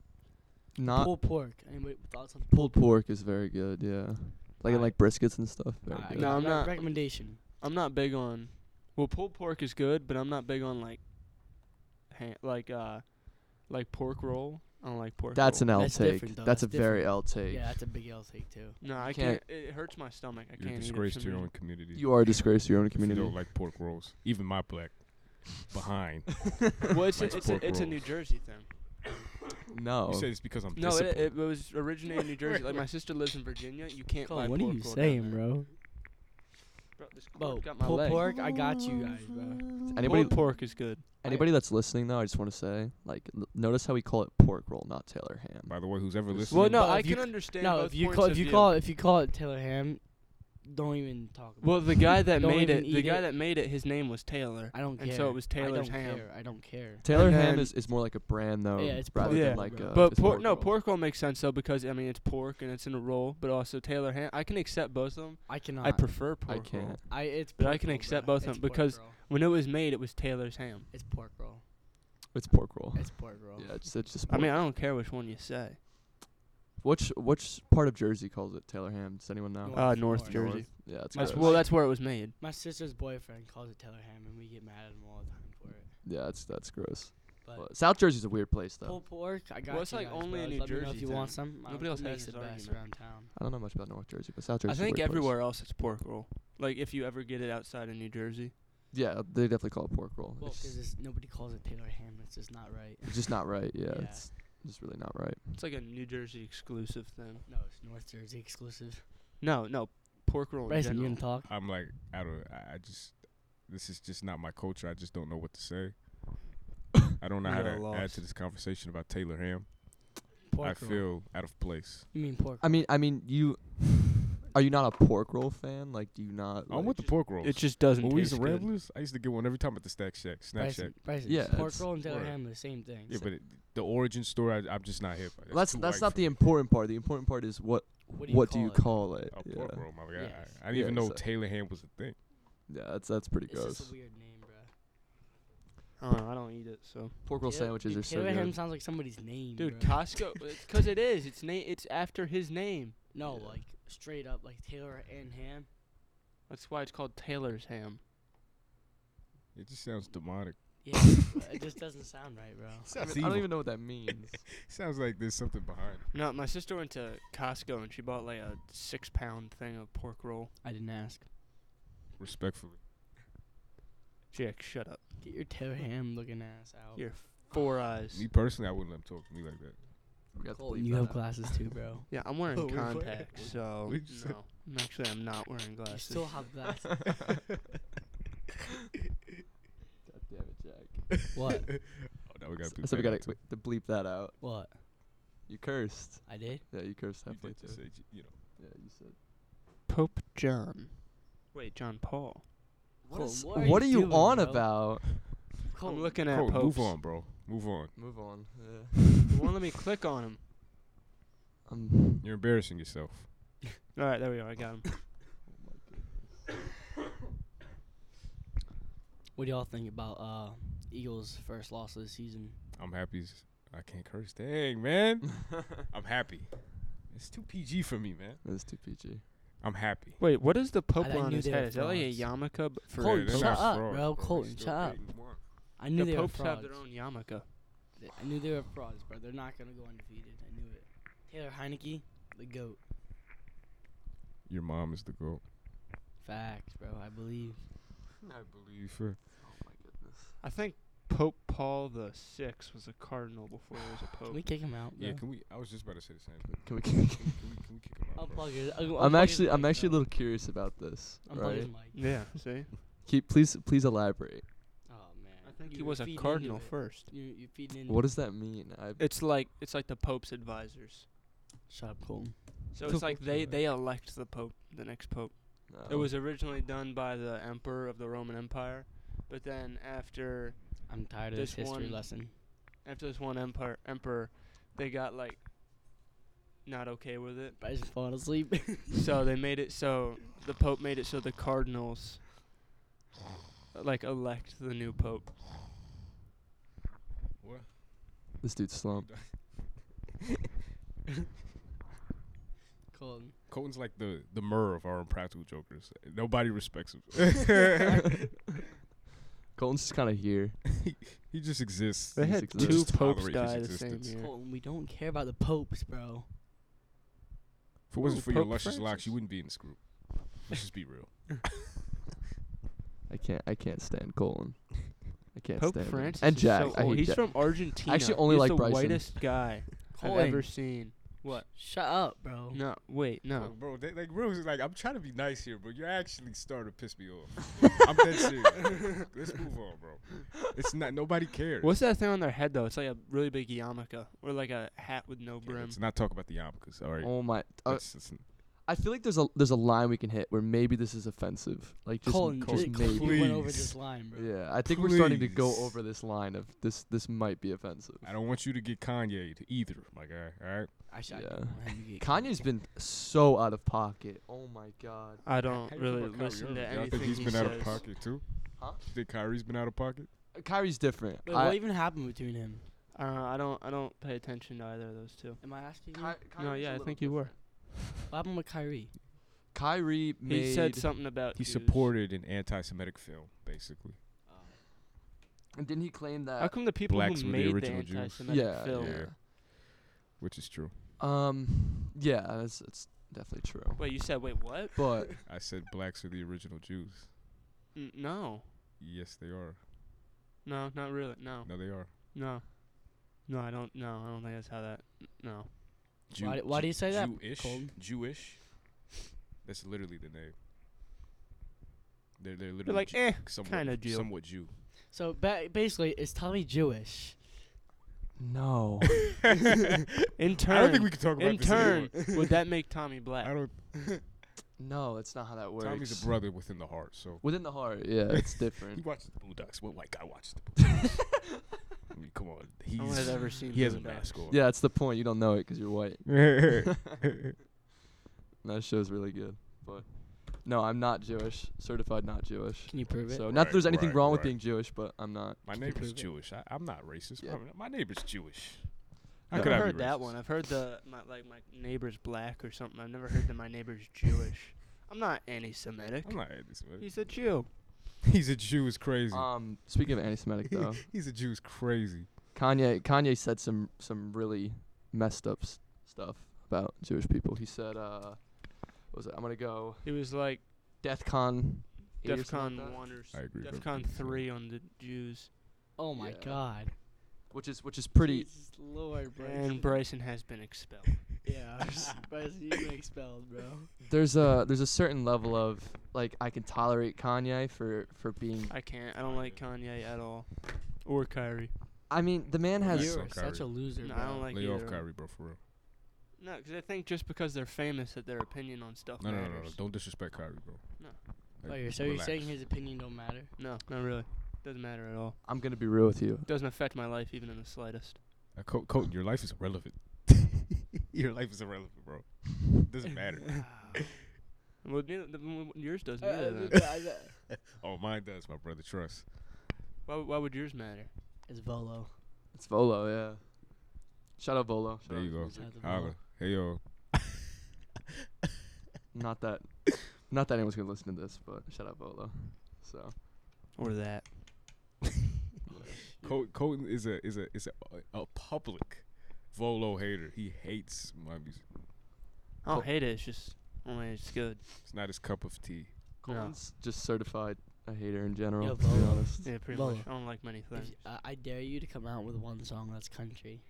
Speaker 2: Not
Speaker 3: pulled pork. Anybody with thoughts on
Speaker 2: pulled pork is very good. Yeah, like in
Speaker 3: I-
Speaker 2: like briskets and stuff. Very
Speaker 3: Alright,
Speaker 2: good.
Speaker 4: No, I'm
Speaker 3: re-
Speaker 4: not-
Speaker 3: Recommendation.
Speaker 4: I'm not big on. Well, pulled pork is good, but I'm not big on like, ha- like uh, like pork roll I don't like pork.
Speaker 2: That's an L
Speaker 3: That's
Speaker 2: take.
Speaker 3: different, though.
Speaker 2: That's a
Speaker 3: That's
Speaker 2: very L take.
Speaker 3: Yeah, that's a big L take too.
Speaker 4: No, I
Speaker 2: can't-
Speaker 4: can't. It hurts my stomach. I
Speaker 1: You're a
Speaker 4: can't.
Speaker 1: disgrace to your own
Speaker 4: own.
Speaker 1: community.
Speaker 2: You are a disgrace to your own
Speaker 1: If You
Speaker 2: community.
Speaker 1: don't like pork rolls. Even my black. Behind.
Speaker 4: Well, it's
Speaker 1: Likes
Speaker 4: a, it's, a,
Speaker 1: pork
Speaker 4: it's a New
Speaker 1: rolls.
Speaker 4: Jersey thing.
Speaker 2: no.
Speaker 1: You said it's because I'm
Speaker 4: No, it,
Speaker 1: disciplined.
Speaker 4: it was originated in New Jersey. Like my sister lives in Virginia. You can't buy
Speaker 3: what are
Speaker 4: pork
Speaker 3: you
Speaker 4: roll down
Speaker 3: saying,
Speaker 4: there.
Speaker 3: bro?
Speaker 4: Bro, this
Speaker 3: Bro,
Speaker 4: cord got my
Speaker 3: pulled
Speaker 4: leg.
Speaker 3: pork. I got you guys, bro.
Speaker 2: Anybody,
Speaker 4: Pulled pork is good.
Speaker 2: anybody that's listening though, I just want to say, like, l- notice how we call it pork roll, not Taylor ham.
Speaker 1: By the way, who's ever listening?
Speaker 4: Well, no,
Speaker 3: But
Speaker 4: I
Speaker 3: if you
Speaker 4: can
Speaker 3: c-
Speaker 4: understand.
Speaker 3: No,
Speaker 4: both
Speaker 3: if you
Speaker 4: points
Speaker 3: call if
Speaker 4: of
Speaker 3: you
Speaker 4: view.
Speaker 3: call it, if you call it Taylor Ham, don't even talk about.
Speaker 4: Well,
Speaker 3: it.
Speaker 4: the guy that
Speaker 3: Don't
Speaker 4: made
Speaker 3: even
Speaker 4: it, the
Speaker 3: eat
Speaker 4: guy
Speaker 3: it.
Speaker 4: that made it, his name was Taylor.
Speaker 3: I don't care.
Speaker 4: and so it was Taylor's
Speaker 3: I don't
Speaker 4: ham.
Speaker 3: Care. I don't care.
Speaker 2: Taylor
Speaker 4: And
Speaker 2: ham
Speaker 4: then-
Speaker 2: is, is more like a brand though,
Speaker 3: Yeah, it's
Speaker 2: rather
Speaker 4: pork
Speaker 2: than
Speaker 4: roll,
Speaker 2: like
Speaker 3: bro.
Speaker 2: a.
Speaker 4: But
Speaker 2: Uh, it's
Speaker 4: pork, no,
Speaker 2: roll.
Speaker 4: pork roll makes sense though because I mean it's pork and it's in a roll, but also Taylor ham. I can accept both of them.
Speaker 3: I cannot.
Speaker 4: I prefer pork
Speaker 2: I
Speaker 4: roll.
Speaker 2: can't.
Speaker 3: I it's.
Speaker 4: But I
Speaker 3: pork
Speaker 4: can
Speaker 3: roll,
Speaker 4: accept
Speaker 3: bro.
Speaker 4: both of
Speaker 3: It's
Speaker 4: them
Speaker 3: pork
Speaker 4: because-
Speaker 3: roll.
Speaker 4: When it was made, it was Taylor's ham.
Speaker 3: it's pork roll.
Speaker 2: It's pork roll.
Speaker 3: It's pork roll.
Speaker 2: Yeah, it's, it's just.
Speaker 4: I
Speaker 2: Pork.
Speaker 4: mean, I don't care which one you say.
Speaker 2: which which part of Jersey calls it Taylor ham? Does anyone know?
Speaker 3: North.
Speaker 4: Uh,
Speaker 3: North.
Speaker 4: North Jersey.
Speaker 2: yeah, it's
Speaker 4: That's,
Speaker 2: gross.
Speaker 4: well, that's where it was made.
Speaker 3: My sister's boyfriend calls it Taylor Ham, and we get mad at him all the time for it.
Speaker 2: yeah, it's that's gross.
Speaker 3: But
Speaker 2: Well, South Jersey's a weird place though.
Speaker 3: pulled pork, I got
Speaker 4: Well, it's
Speaker 3: you
Speaker 4: like
Speaker 3: guys,
Speaker 4: only
Speaker 3: bro.
Speaker 4: in New
Speaker 3: Let me know
Speaker 4: Jersey
Speaker 3: if you
Speaker 4: thing.
Speaker 3: want some. I don't
Speaker 4: Nobody else
Speaker 3: know, it
Speaker 4: has
Speaker 3: makes
Speaker 4: this
Speaker 3: it best
Speaker 4: argument.
Speaker 3: around town.
Speaker 2: I don't know much about North Jersey, but South Jersey's
Speaker 4: I think
Speaker 2: a weird place.
Speaker 4: everywhere else it's pork roll. Like if you ever get it outside of New Jersey,
Speaker 2: Yeah, they definitely call it pork roll.
Speaker 3: Well,
Speaker 2: it's, just,
Speaker 3: because nobody calls it Taylor Ham. It's just not right.
Speaker 2: it's just not right. Yeah,
Speaker 3: Yeah.
Speaker 2: it's just really not right.
Speaker 4: it's like a New Jersey exclusive thing.
Speaker 3: No, it's North Jersey exclusive.
Speaker 4: No, no, pork roll. in
Speaker 3: Bryson, you
Speaker 4: general.
Speaker 3: gonna talk?
Speaker 1: I'm like, I don't. I I just. This is just not my culture. I just don't know what to say. I don't know
Speaker 4: We
Speaker 1: how
Speaker 4: are
Speaker 1: to add
Speaker 4: lost.
Speaker 1: to this conversation about Taylor Ham.
Speaker 3: Pork
Speaker 1: I feel out of place.
Speaker 3: You mean pork?
Speaker 2: I mean, I mean, you are you not a pork roll fan? Like, do you not?
Speaker 1: I'm
Speaker 2: like-
Speaker 1: with the pork rolls.
Speaker 4: It just doesn't.
Speaker 1: When we used
Speaker 4: taste
Speaker 1: to
Speaker 4: good.
Speaker 1: Ramblers, I used to get one every time at the Stack Shack, Snack Shack.
Speaker 3: Bryson, Bryson,
Speaker 2: Yeah,
Speaker 3: pork
Speaker 2: it's-
Speaker 3: roll and Taylor
Speaker 1: Word.
Speaker 3: Ham are the same thing.
Speaker 1: Yeah, but it, the origin story, I, I'm just not hip.
Speaker 2: Well, that's
Speaker 1: too
Speaker 2: that's
Speaker 1: white
Speaker 2: not
Speaker 1: for
Speaker 2: the
Speaker 1: me.
Speaker 2: important part. The important part is what
Speaker 3: what
Speaker 2: what do you
Speaker 3: it?
Speaker 2: call it?
Speaker 1: Oh,
Speaker 2: yeah.
Speaker 1: pork roll, my God.
Speaker 3: Yes.
Speaker 1: I, I didn't even
Speaker 2: Yeah,
Speaker 1: know
Speaker 2: so-
Speaker 1: Taylor Ham was a thing.
Speaker 2: yeah, that's that's pretty
Speaker 3: It's
Speaker 2: gross.
Speaker 3: just a weird name, bro.
Speaker 4: I don't know, I don't eat it. So,
Speaker 2: Pork roll
Speaker 3: Taylor-
Speaker 2: sandwiches
Speaker 3: dude,
Speaker 2: are so
Speaker 3: Taylor Ham
Speaker 2: good.
Speaker 3: sounds like somebody's name,
Speaker 4: dude,
Speaker 3: bro.
Speaker 4: Costco. It's because it is. It's na- It's after his name.
Speaker 3: No,
Speaker 2: Yeah.
Speaker 3: like straight up, like Taylor and Ham.
Speaker 4: That's why it's called Taylor's ham.
Speaker 1: It just sounds demonic.
Speaker 3: Yeah, bro, it just doesn't sound right, bro.
Speaker 2: I,
Speaker 1: Sounds
Speaker 2: mean, I don't
Speaker 1: evil.
Speaker 2: even know what that means.
Speaker 1: Sounds like there's something behind. it.
Speaker 4: No, my sister went to Costco and she bought like a six pound thing of pork roll.
Speaker 3: I didn't ask.
Speaker 1: Respectfully,
Speaker 4: Jack, shut up.
Speaker 3: Get your Taylor Ham looking ass out.
Speaker 4: Your four eyes.
Speaker 1: me personally, I wouldn't let him talk to me like that.
Speaker 2: We got to
Speaker 3: Colton,
Speaker 2: bleep
Speaker 3: you
Speaker 2: that
Speaker 3: have
Speaker 2: out.
Speaker 3: glasses too, bro.
Speaker 4: Yeah, I'm wearing
Speaker 1: Oh, we're wearing-
Speaker 4: contacts, so
Speaker 1: we just-
Speaker 4: no. I'm Actually, I'm not wearing
Speaker 3: you
Speaker 4: glasses.
Speaker 3: still have glasses.
Speaker 2: God damn it, Jack.
Speaker 3: what?
Speaker 1: Oh, now we gotta.
Speaker 2: I said
Speaker 1: bleep that
Speaker 2: we gotta
Speaker 1: out, too.
Speaker 2: wait, to bleep that out.
Speaker 3: What?
Speaker 2: You cursed.
Speaker 3: I did?
Speaker 2: Yeah, you cursed
Speaker 1: You
Speaker 2: halfway
Speaker 1: did just
Speaker 2: through.
Speaker 1: say, you know.
Speaker 2: Yeah, you said.
Speaker 4: Pope John. Wait, John Paul.
Speaker 3: Colton,
Speaker 2: is-
Speaker 3: what are
Speaker 2: what are
Speaker 3: you
Speaker 2: you
Speaker 3: doing,
Speaker 2: on
Speaker 3: bro?
Speaker 2: about?
Speaker 3: Colton,
Speaker 4: I'm looking at
Speaker 1: Cole,
Speaker 4: popes.
Speaker 1: move on, bro. Move on.
Speaker 2: Move on. Yeah.
Speaker 4: It won't let me click on him.
Speaker 2: Um,
Speaker 1: You're embarrassing yourself.
Speaker 4: All right, there we go. I got him.
Speaker 3: What do y'all think about uh Eagles' first loss of the season?
Speaker 1: I'm happy. as- I can't curse. Dang, man. I'm happy. It's too PG for me, man.
Speaker 2: That's too PG.
Speaker 1: I'm happy.
Speaker 4: Wait, what is the Pope
Speaker 3: I
Speaker 4: on
Speaker 3: knew
Speaker 4: his
Speaker 3: they were
Speaker 4: head? Is that like a
Speaker 3: frauds.
Speaker 4: yarmulke? b- For
Speaker 3: Cole,
Speaker 1: Yeah, they're
Speaker 3: shut
Speaker 1: not
Speaker 3: up,
Speaker 1: frauds,
Speaker 3: bro.
Speaker 1: they
Speaker 3: Colton,
Speaker 1: still
Speaker 3: shut up.
Speaker 1: Peyton Manning.
Speaker 3: I knew
Speaker 4: the
Speaker 3: they were
Speaker 4: popes have
Speaker 3: frauds.
Speaker 4: their own yarmulke.
Speaker 3: Th- I knew they were frauds, bro. They're not gonna go undefeated. I knew it. Taylor Heineke, the goat.
Speaker 1: Your mom is the goat.
Speaker 3: Facts, bro. I believe.
Speaker 1: I believe her.
Speaker 2: Oh
Speaker 4: I think Pope Paul the Sixth was a cardinal before he was a
Speaker 3: Can we
Speaker 4: pope.
Speaker 3: kick him out? Bro?
Speaker 1: Yeah, can we? I was just about to say the same thing.
Speaker 2: Can we? Can
Speaker 1: Can we, can we, can we kick him out? bro?
Speaker 3: Unplug his- un-
Speaker 2: I'm
Speaker 3: unplug his
Speaker 2: actually, I'm
Speaker 3: mic,
Speaker 2: actually a
Speaker 3: bro.
Speaker 2: little curious about this.
Speaker 3: Unplug
Speaker 2: Right?
Speaker 3: his mic.
Speaker 4: Yeah, see,
Speaker 2: Keep, please, please elaborate.
Speaker 3: Oh man.
Speaker 4: I think he
Speaker 3: You're
Speaker 4: was a
Speaker 3: feeding into
Speaker 4: cardinal
Speaker 3: it.
Speaker 4: first.
Speaker 3: You you feeding into
Speaker 2: What
Speaker 3: it.
Speaker 2: does that mean? I,
Speaker 4: It's like it's like the Pope's advisors.
Speaker 3: Shut up, Colton.
Speaker 4: So
Speaker 2: The
Speaker 4: it's like
Speaker 2: Pope's
Speaker 4: they
Speaker 2: advisors.
Speaker 4: they elect the Pope, the next Pope.
Speaker 2: no.
Speaker 4: It was originally done by the emperor of the Roman Empire, but then after
Speaker 3: I'm tired of
Speaker 4: This
Speaker 3: this history
Speaker 4: one-
Speaker 3: lesson.
Speaker 4: after this one empire emperor, they got like not okay with it.
Speaker 3: Bryson falling asleep.
Speaker 4: So they made it so the pope made it so the cardinals like elect the new pope.
Speaker 1: What?
Speaker 2: this dude's slump.
Speaker 3: Colton.
Speaker 1: Colton's like the the myrrh of our impractical jokers. Nobody respects him.
Speaker 2: Colton's just kind of here.
Speaker 1: He just exists.
Speaker 4: They
Speaker 2: He's
Speaker 4: had
Speaker 2: exist-
Speaker 1: We
Speaker 4: two
Speaker 1: just
Speaker 4: popes
Speaker 1: tolerate his
Speaker 4: die the same
Speaker 1: existence.
Speaker 4: year.
Speaker 3: Colton, we don't care about the popes, bro.
Speaker 1: If it wasn't
Speaker 4: Ooh,
Speaker 1: for your
Speaker 4: Pope
Speaker 1: luscious locks,
Speaker 4: Francis.
Speaker 1: you wouldn't be in this group. Let's just be real.
Speaker 2: I can't. I can't stand Colton. I can't
Speaker 4: Pope
Speaker 2: stand him.
Speaker 4: Francis
Speaker 2: and
Speaker 4: is
Speaker 2: Jack.
Speaker 4: So
Speaker 2: I
Speaker 4: old.
Speaker 2: hate
Speaker 4: He's
Speaker 2: Jack.
Speaker 4: from Argentina.
Speaker 2: only
Speaker 4: He's
Speaker 2: like
Speaker 4: the
Speaker 2: Bryson.
Speaker 4: whitest guy I've
Speaker 3: Colton,
Speaker 4: ever seen. What?
Speaker 3: shut up, bro.
Speaker 4: No, wait, no.
Speaker 1: Look, bro, they, like, bro, it's like, I'm trying to be nice here, but you're actually starting to piss me off. I'm dead serious. Let's move on, bro. It's not, nobody cares.
Speaker 4: What's that thing on their head though? It's like a really big yarmulke or like a hat with no
Speaker 1: Okay,
Speaker 4: brim.
Speaker 1: Let's not talk about the yarmulkes, all right?
Speaker 2: Oh my! Uh,
Speaker 1: Let's- let's-
Speaker 2: I feel like there's a there's a line we can hit where maybe this is offensive. Like just,
Speaker 3: Colton,
Speaker 2: just
Speaker 3: just
Speaker 2: maybe.
Speaker 3: we went over
Speaker 1: Please.
Speaker 3: this line, bro.
Speaker 2: Yeah, I think we're starting to go
Speaker 1: Please.
Speaker 2: over this line of this. This might be offensive.
Speaker 1: I don't want you to get Kanye either, my guy, all right?
Speaker 3: Actually,
Speaker 2: Yeah.
Speaker 3: I don't wanna get
Speaker 2: Kanye's
Speaker 3: Colton.
Speaker 2: been so out of pocket. Oh my god.
Speaker 4: I don't
Speaker 1: How you feel
Speaker 4: really
Speaker 1: about Kyrie
Speaker 4: listen to
Speaker 1: Irving? Y'all
Speaker 4: anything
Speaker 1: think he's
Speaker 4: he
Speaker 1: been
Speaker 4: says.
Speaker 1: out of pocket, too?
Speaker 2: Huh?
Speaker 1: You think Kyrie's been out of pocket?
Speaker 2: Kyrie's different.
Speaker 3: Wait,
Speaker 2: I-
Speaker 3: what even happened between him?
Speaker 4: I don't know. I don't. I don't pay attention to either of those two.
Speaker 3: Am I asking?
Speaker 2: Ky-
Speaker 3: you?
Speaker 2: Kyrie's
Speaker 4: no,
Speaker 2: a
Speaker 4: yeah, I
Speaker 2: little
Speaker 4: think you were.
Speaker 2: different.
Speaker 3: What happened with Kyrie?
Speaker 2: Kyrie made.
Speaker 4: He said something about
Speaker 1: He
Speaker 4: Jews.
Speaker 1: supported an anti-Semitic film, basically.
Speaker 2: And didn't he claim
Speaker 4: How
Speaker 2: that?
Speaker 4: come the people
Speaker 1: Blacks
Speaker 4: who
Speaker 1: were the
Speaker 4: made the,
Speaker 1: original Jews.
Speaker 4: anti-Semitic
Speaker 2: Yeah,
Speaker 4: film?
Speaker 2: yeah.
Speaker 1: Which is true.
Speaker 2: Um. Yeah, that's that's definitely true.
Speaker 4: Wait, you said wait what?
Speaker 2: But
Speaker 1: I said blacks are the original Jews.
Speaker 4: N- no,
Speaker 1: Yes, they are.
Speaker 4: no, not really. No,
Speaker 1: No, they are.
Speaker 4: no, no. I don't. No, I don't think that's how that. No.
Speaker 1: Jew-
Speaker 3: Why d- why do you say that,
Speaker 1: Jewish.
Speaker 3: Colton?
Speaker 1: Jewish. That's literally the name. They're they're literally
Speaker 4: They're like
Speaker 1: Ju-
Speaker 4: eh.
Speaker 1: somewhat,
Speaker 4: kinda Jew.
Speaker 1: somewhat Jew.
Speaker 3: So ba- basically, is Tommy Jewish?
Speaker 2: no.
Speaker 4: In turn,
Speaker 1: I don't think we can talk about
Speaker 4: in
Speaker 1: this
Speaker 4: turn,
Speaker 1: anymore.
Speaker 4: would that make Tommy
Speaker 1: I
Speaker 4: black?
Speaker 1: don't.
Speaker 2: No, that's not how that works.
Speaker 1: Tommy's a brother within the heart, so
Speaker 2: Within the heart, yeah, it's
Speaker 1: he
Speaker 2: different.
Speaker 1: watches the Boondocks. What white guy watches the Boondocks? I mean, come on, he's
Speaker 4: No one has ever seen.
Speaker 1: he has a
Speaker 4: Boondocks.
Speaker 1: mask on.
Speaker 2: yeah, that's the point. You don't know it because you're white.
Speaker 1: Yeah.
Speaker 2: And that show's really good. But no, I'm not Jewish. Certified not Jewish.
Speaker 3: Can you prove it?
Speaker 2: So not that
Speaker 1: Right,
Speaker 2: there's anything
Speaker 1: right,
Speaker 2: wrong
Speaker 1: right.
Speaker 2: with being Jewish, but I'm not.
Speaker 1: My
Speaker 3: Can you
Speaker 1: neighbor's
Speaker 3: prove it?
Speaker 1: Jewish. I, I'm not racist.
Speaker 2: Yeah.
Speaker 1: My, my neighbor's Jewish. How
Speaker 4: I've
Speaker 1: could I be
Speaker 4: heard that
Speaker 1: racist?
Speaker 4: one. I've heard the my, like my neighbor's black or something. I've never heard that my neighbor's Jewish. I'm not anti-Semitic.
Speaker 1: I'm not this way.
Speaker 4: He's a Jew.
Speaker 1: He's a Jew is crazy.
Speaker 4: Oh,
Speaker 2: Um, speaking of anti-Semitic though,
Speaker 1: He's a Jew is crazy.
Speaker 2: Kanye Kanye said some some really messed up s- stuff about Jewish people. He said, uh, what was it? I'm gonna go
Speaker 4: He was like
Speaker 2: DEF CON. eight or something
Speaker 4: DefCon
Speaker 2: like that,
Speaker 4: one or
Speaker 1: I agree with
Speaker 4: DefCon
Speaker 1: everything you said.
Speaker 4: three on the Jews.
Speaker 3: oh my
Speaker 2: Yeah.
Speaker 3: God.
Speaker 2: which is which is pretty.
Speaker 3: Jesus Lord, bro.
Speaker 4: And Bryson has been expelled.
Speaker 3: Yeah, Bryson, you been expelled, bro.
Speaker 2: There's a there's a certain level of like I can tolerate Kanye for for being.
Speaker 4: I can't. I don't like Kanye at all, or Kyrie.
Speaker 2: I mean, the man has
Speaker 1: so
Speaker 3: You're such a
Speaker 1: Kyrie.
Speaker 3: loser,
Speaker 4: No,
Speaker 3: bro.
Speaker 4: I don't like
Speaker 1: Lay
Speaker 4: either.
Speaker 1: off Kyrie, bro, for real.
Speaker 4: No, because I think just because they're famous, that their opinion on stuff
Speaker 1: No, no, no,
Speaker 4: matters.
Speaker 1: no, no. Don't disrespect Kyrie, bro.
Speaker 4: No.
Speaker 1: Like,
Speaker 3: Oh, you're- so
Speaker 1: relax.
Speaker 3: you're saying his opinion don't matter?
Speaker 4: No, not really. Doesn't matter at all.
Speaker 2: I'm gonna be real with you.
Speaker 4: Doesn't affect my life even in the slightest.
Speaker 1: Uh, Col- Colton, your life is irrelevant. your life is irrelevant, bro. Doesn't matter.
Speaker 4: well, neither, the, mm, yours doesn't
Speaker 3: Uh,
Speaker 4: either.
Speaker 3: uh,
Speaker 4: then.
Speaker 3: uh, uh,
Speaker 1: oh, mine does, my brother. Trust.
Speaker 4: Why, why would yours matter?
Speaker 3: It's Volo.
Speaker 2: It's Volo, yeah. Shout out Volo. Shout
Speaker 1: There
Speaker 2: out
Speaker 1: you
Speaker 2: his
Speaker 1: go.
Speaker 2: music.
Speaker 3: Shout out to
Speaker 1: Holla.
Speaker 3: Volo.
Speaker 1: Hey, yo.
Speaker 2: Not that, not that anyone's gonna listen to this, but shout out Volo. So
Speaker 4: Or that.
Speaker 1: Col- Colton is a is a is a, a public Volo hater. He hates my music.
Speaker 4: I
Speaker 2: Cool.
Speaker 4: don't hate it. It's just only it's good.
Speaker 1: It's not his cup of tea.
Speaker 2: Colton's just certified a hater in general.
Speaker 3: Yeah,
Speaker 2: to be
Speaker 3: Volo.
Speaker 2: honest.
Speaker 4: Yeah, pretty
Speaker 3: Lola.
Speaker 4: much. I don't like many
Speaker 3: If
Speaker 4: things.
Speaker 3: y- I- I dare you to come out with one song that's country.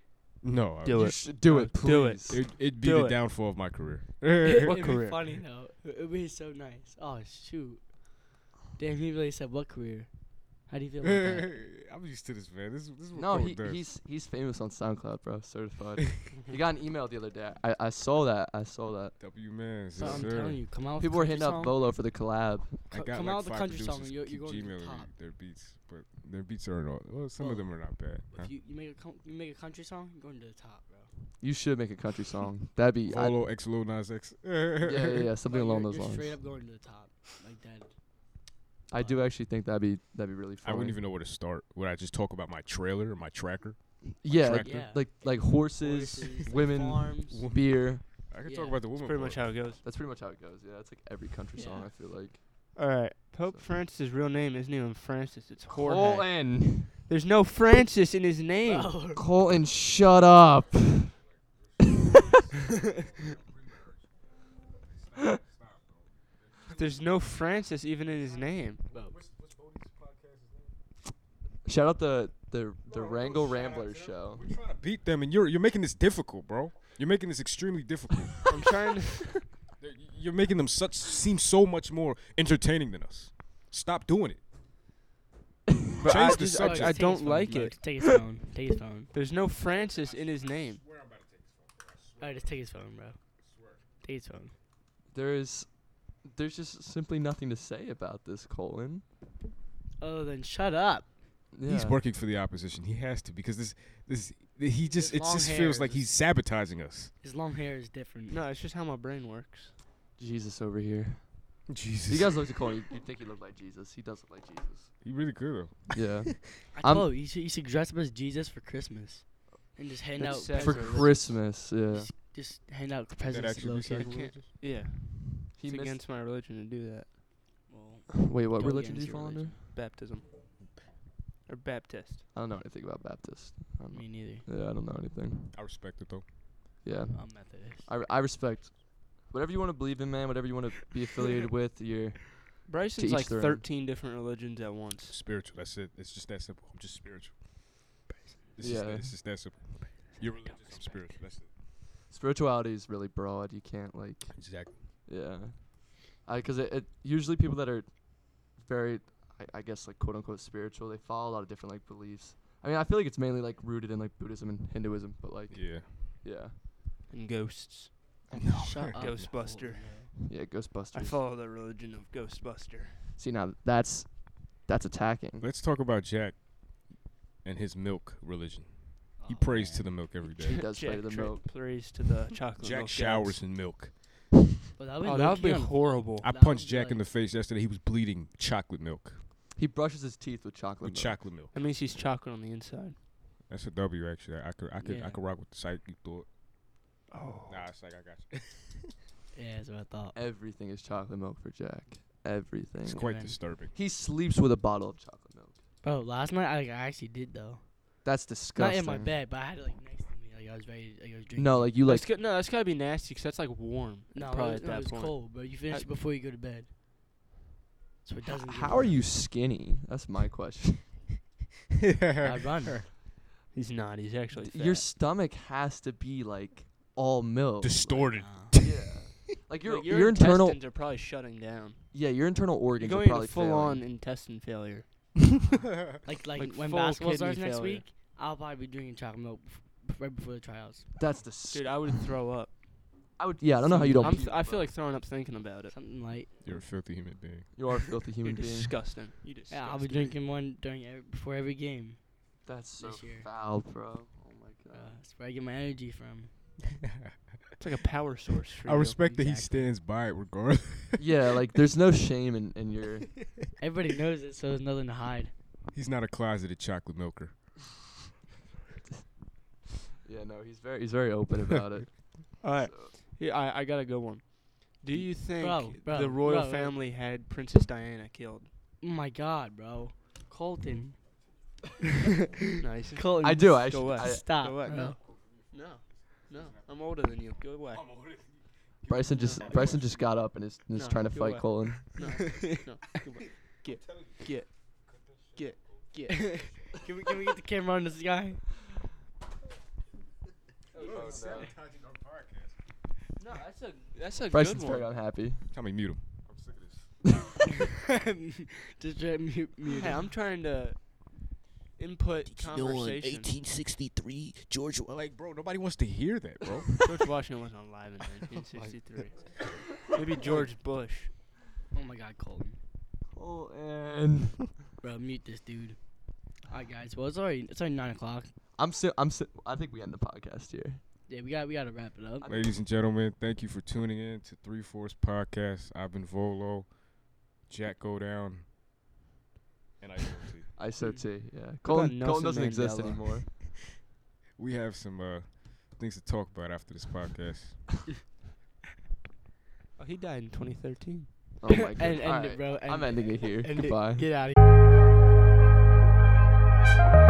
Speaker 1: No, I-
Speaker 4: Do
Speaker 2: You
Speaker 4: it.
Speaker 2: should do
Speaker 4: No,
Speaker 2: it, please.
Speaker 4: do it.
Speaker 1: It, it'd be
Speaker 4: Do
Speaker 1: the
Speaker 4: it.
Speaker 1: downfall of my career.
Speaker 4: What
Speaker 3: It'd
Speaker 4: career?
Speaker 3: be funny though. It- It'd be so nice. Oh shoot. Damn, he really said what career? How do you feel about that?
Speaker 1: I'm used to this, man. This, this is what
Speaker 2: No,
Speaker 1: Cole
Speaker 2: he,
Speaker 1: does.
Speaker 2: he's he's famous on SoundCloud, bro. Certified. he got an email the other day. I, I saw that. I saw that.
Speaker 1: W man.
Speaker 3: So
Speaker 1: yes,
Speaker 3: I'm
Speaker 1: sir.
Speaker 3: telling you, come out.
Speaker 2: People were
Speaker 3: with a
Speaker 2: hitting
Speaker 3: country
Speaker 2: up
Speaker 3: song.
Speaker 2: Volo for the collab.
Speaker 1: I
Speaker 3: co-
Speaker 1: got
Speaker 3: come
Speaker 1: like
Speaker 3: out with a
Speaker 1: five
Speaker 3: country song
Speaker 1: producers
Speaker 3: and you're-
Speaker 1: keep
Speaker 3: you're going to the
Speaker 1: Gmailing me
Speaker 3: top.
Speaker 1: Their beats, but their beats aren't all. Well, some of
Speaker 3: Well,
Speaker 1: them are not bad. Huh?
Speaker 3: If you, you make a com- you make a country song, you're going to the top, bro.
Speaker 2: You should make a country song. That'd be. I, yeah,
Speaker 1: Volo X Lil Nas X.
Speaker 2: yeah, yeah.
Speaker 3: But
Speaker 2: Something along
Speaker 3: you're,
Speaker 2: those
Speaker 3: you're
Speaker 2: lines.
Speaker 3: Straight up going to the top, like that.
Speaker 2: I do actually think that'd be that'd be really
Speaker 1: I
Speaker 2: fun.
Speaker 1: wouldn't even know where to start. Would I just talk about my trailer or my tracker?
Speaker 2: Yeah, like,
Speaker 1: Tractor.
Speaker 3: Yeah.
Speaker 2: like like horses,
Speaker 3: Horses, like
Speaker 2: women,
Speaker 3: farms.
Speaker 2: beer.
Speaker 1: I could
Speaker 3: Yeah.
Speaker 1: talk about the woman.
Speaker 4: Pretty much
Speaker 1: part.
Speaker 4: how it goes.
Speaker 2: That's pretty much how it goes. Yeah, that's like every country song.
Speaker 3: Yeah.
Speaker 2: I feel like
Speaker 4: All right. Pope
Speaker 2: So-
Speaker 4: Francis' real name isn't even Francis. It's Jorge.
Speaker 2: Colton.
Speaker 4: There's no Francis in his name.
Speaker 3: Oh,
Speaker 2: Colton, shut up.
Speaker 4: There's no Francis even in his name.
Speaker 2: Shout out the the the Wrangle Ramblers show.
Speaker 1: We're trying to beat them, and you're you're making this difficult, bro. You're making this extremely difficult.
Speaker 4: I'm trying to.
Speaker 1: They're- you're making them such seem so much more entertaining than us. Stop doing it.
Speaker 4: But I,
Speaker 1: Change the
Speaker 4: just,
Speaker 1: subject.
Speaker 4: I, I
Speaker 1: Take
Speaker 4: don't like
Speaker 3: no,
Speaker 4: it.
Speaker 3: Just take his phone. Take his phone.
Speaker 4: There's no Francis in his name.
Speaker 3: All right, just take his phone, bro. Take his phone.
Speaker 2: There's there's just simply nothing to say about this Colton.
Speaker 3: Oh, then shut up.
Speaker 1: He's
Speaker 2: Yeah.
Speaker 1: working for the opposition. He has to because this this he just
Speaker 3: His
Speaker 1: it
Speaker 3: long
Speaker 1: just
Speaker 3: hair
Speaker 1: feels
Speaker 3: is
Speaker 1: like
Speaker 3: just-
Speaker 1: he's sabotaging us.
Speaker 3: His long hair is different.
Speaker 4: No, it's just how my brain works.
Speaker 2: Jesus over here.
Speaker 1: Jesus,
Speaker 2: You guys looked at Colton. You'd think he looked like Jesus. He does look like Jesus.
Speaker 1: he really could though.
Speaker 2: Yeah.
Speaker 3: I
Speaker 2: I'm-
Speaker 3: told you, you should, you should dress up as Jesus for Christmas, and just hand
Speaker 4: That's
Speaker 3: out
Speaker 4: sad.
Speaker 2: For
Speaker 4: That's
Speaker 3: presents.
Speaker 2: Christmas, yeah.
Speaker 3: Just, just hand out
Speaker 1: Could that
Speaker 3: presents to
Speaker 1: actually be
Speaker 3: little kids.
Speaker 4: I
Speaker 1: sacrilegious?
Speaker 4: Yeah.
Speaker 2: He
Speaker 4: it's
Speaker 2: missed.
Speaker 4: against my religion to do that.
Speaker 3: Well,
Speaker 2: Wait, what
Speaker 3: Go
Speaker 2: religion do
Speaker 3: against
Speaker 2: you
Speaker 3: your
Speaker 2: fall under?
Speaker 3: religion.
Speaker 4: Baptism. Or Baptist.
Speaker 2: I don't know anything about Baptist. I don't
Speaker 3: me neither.
Speaker 2: know. Yeah, I don't know anything.
Speaker 1: I respect it though.
Speaker 2: Yeah.
Speaker 3: I'm Methodist.
Speaker 2: I, I respect whatever you want to believe in, man. Whatever you want to be affiliated with, you're
Speaker 4: Bryson's
Speaker 2: each
Speaker 4: like
Speaker 2: their own.
Speaker 4: 13 different religions at once.
Speaker 1: Spiritual. That's it. It's just that simple. I'm just spiritual. It's,
Speaker 2: Yeah.
Speaker 1: just, that- it's just that simple. You're religious. I'm
Speaker 3: respect
Speaker 1: spiritual. That's it.
Speaker 2: spirituality is really broad. You can't like
Speaker 1: Exactly.
Speaker 2: yeah, I because it, it usually people that are very I, I guess like quote unquote spiritual they follow a lot of different like beliefs. I mean I feel like it's mainly like rooted in like Buddhism and Hinduism, but like
Speaker 1: Yeah.
Speaker 2: yeah
Speaker 4: And ghosts.
Speaker 3: Shut up.
Speaker 4: Ghostbuster.
Speaker 2: yeah Ghostbusters.
Speaker 4: I follow the religion of Ghostbuster.
Speaker 2: See now that's that's attacking.
Speaker 1: Let's talk about Jack and his milk religion.
Speaker 3: Oh,
Speaker 1: He prays to the milk every day.
Speaker 2: He does play the
Speaker 4: tra-
Speaker 2: milk.
Speaker 4: prays to the chocolate
Speaker 1: Jack
Speaker 4: milk
Speaker 1: showers
Speaker 4: gods.
Speaker 1: in milk.
Speaker 3: But that would
Speaker 4: Oh, that would be horrible.
Speaker 1: I
Speaker 3: That
Speaker 1: punched
Speaker 3: would be
Speaker 1: Jack in the
Speaker 3: like-
Speaker 1: face yesterday. He was bleeding chocolate milk
Speaker 2: He brushes his teeth with chocolate.
Speaker 1: with
Speaker 2: milk.
Speaker 1: chocolate milk.
Speaker 4: That means he's chocolate on the inside.
Speaker 1: That's a W actually. I could I could I
Speaker 3: Yeah.
Speaker 1: could rock with the psych you thought.
Speaker 4: Oh.
Speaker 1: Nah, it's like I got you.
Speaker 3: Yeah, that's what I thought.
Speaker 2: Everything is chocolate milk for Jack. Everything.
Speaker 1: It's quite
Speaker 3: man. Oh
Speaker 1: disturbing.
Speaker 2: He sleeps with a bottle of chocolate milk.
Speaker 3: Bro, last night I, I actually did though.
Speaker 2: That's disgusting.
Speaker 3: Not in my bed, but I had it like next to me. Like I was very, like I was drinking.
Speaker 2: No, like you like
Speaker 4: that's go- no, that's gotta be nasty 'cause that's like warm.
Speaker 3: no, it was,
Speaker 4: probably at
Speaker 3: no, it
Speaker 4: that
Speaker 3: was
Speaker 4: point.
Speaker 3: cold, bro. You finish it before you go to bed. So it
Speaker 2: H-
Speaker 3: doesn't. get
Speaker 2: How are
Speaker 3: worse.
Speaker 2: you skinny? That's my question.
Speaker 3: I run.
Speaker 4: He's not. He's actually. Fat.
Speaker 2: Your stomach has to be like all milk.
Speaker 1: Distorted.
Speaker 3: Nah.
Speaker 2: Like, yeah. Like your
Speaker 4: Like,
Speaker 2: your, internal
Speaker 4: intestines are probably shutting down.
Speaker 2: yeah your internal
Speaker 4: You're
Speaker 2: organs are
Speaker 4: going
Speaker 2: probably
Speaker 4: into full
Speaker 2: failing.
Speaker 4: on intestine failure.
Speaker 3: Like like,
Speaker 4: Like
Speaker 3: when
Speaker 4: full
Speaker 3: basketball
Speaker 4: kidney
Speaker 3: starts next
Speaker 4: failure.
Speaker 3: week, I'll probably be drinking chocolate milk bef- right before the tryouts.
Speaker 2: That's the
Speaker 4: Dude, I would throw up.
Speaker 2: I would yeah I don't know how you don't.
Speaker 4: I'm
Speaker 2: puke,
Speaker 4: th- I feel
Speaker 2: but
Speaker 4: like throwing up thinking about it.
Speaker 3: Something like
Speaker 1: You're a filthy human being.
Speaker 2: you are a filthy human
Speaker 4: You're
Speaker 2: being.
Speaker 4: disgusting. You disgusting.
Speaker 3: yeah, I'll be drinking one during every, before every game.
Speaker 2: That's so
Speaker 3: this year.
Speaker 2: foul, bro. Oh my
Speaker 3: Uh,
Speaker 2: god.
Speaker 3: that's where I get my energy from.
Speaker 4: It's like a power source. For
Speaker 1: I
Speaker 4: you.
Speaker 1: respect that he
Speaker 3: Exactly.
Speaker 1: stands by it regardless.
Speaker 2: yeah, like there's no shame in in your.
Speaker 3: Everybody knows it, so there's nothing to hide.
Speaker 1: He's not a closeted chocolate milker.
Speaker 2: Yeah, no, he's very he's very open about it.
Speaker 4: All right,
Speaker 2: so.
Speaker 4: yeah, I, I got a good one. Do you think
Speaker 3: Bro, bro,
Speaker 4: the royal
Speaker 3: bro, bro.
Speaker 4: family had Princess Diana killed?
Speaker 3: Oh my God, bro, Colton,
Speaker 4: no, he's
Speaker 3: Colton,
Speaker 2: I do. I
Speaker 4: Go
Speaker 2: actually.
Speaker 4: away.
Speaker 2: I,
Speaker 3: Mm-hmm. stop.
Speaker 4: Go away,
Speaker 3: bro.
Speaker 4: no. no, no. I'm older than you. Go away.
Speaker 2: Bryson just
Speaker 4: No.
Speaker 2: Bryson just got up and is, is
Speaker 4: No,
Speaker 2: trying to
Speaker 4: go
Speaker 2: fight
Speaker 4: away.
Speaker 2: Colin.
Speaker 4: No, no. Go away. Get, get, get, get.
Speaker 3: Can we can we get the camera on this guy?
Speaker 4: No, that's a that's a
Speaker 2: Bryson's
Speaker 4: good one.
Speaker 2: very unhappy.
Speaker 1: Tommy, mute him.
Speaker 3: Just try to mute, mute
Speaker 4: Hey,
Speaker 3: him.
Speaker 4: I'm trying to input conversation.
Speaker 5: 1863, George Washington.
Speaker 1: Like, bro, nobody wants to hear that, bro.
Speaker 4: George Washington wasn't alive in 1963. Maybe George Bush.
Speaker 3: Oh my God, Colton.
Speaker 2: Colin.
Speaker 3: Bro, mute this dude. Alright, guys. Well, it's already it's already nine o'clock.
Speaker 2: I'm si- I'm si- I think we end the podcast here.
Speaker 3: Yeah, we got we got to wrap it up.
Speaker 1: Ladies and gentlemen, thank you for tuning in to Three Force Podcast. I've been Volo, Jack Go Down, and I.
Speaker 2: ISO
Speaker 3: Hmm.
Speaker 2: T, yeah. Colin, Colin
Speaker 4: Nelson
Speaker 2: doesn't exist
Speaker 4: Mandela?
Speaker 2: anymore.
Speaker 1: we have some uh, things to talk about after this podcast.
Speaker 4: Oh, he died in 2013.
Speaker 2: Oh my god.
Speaker 3: and end
Speaker 2: All
Speaker 3: it,
Speaker 2: right.
Speaker 3: bro. End
Speaker 2: I'm ending it here.
Speaker 3: End it.
Speaker 2: Goodbye.
Speaker 3: Get out of here.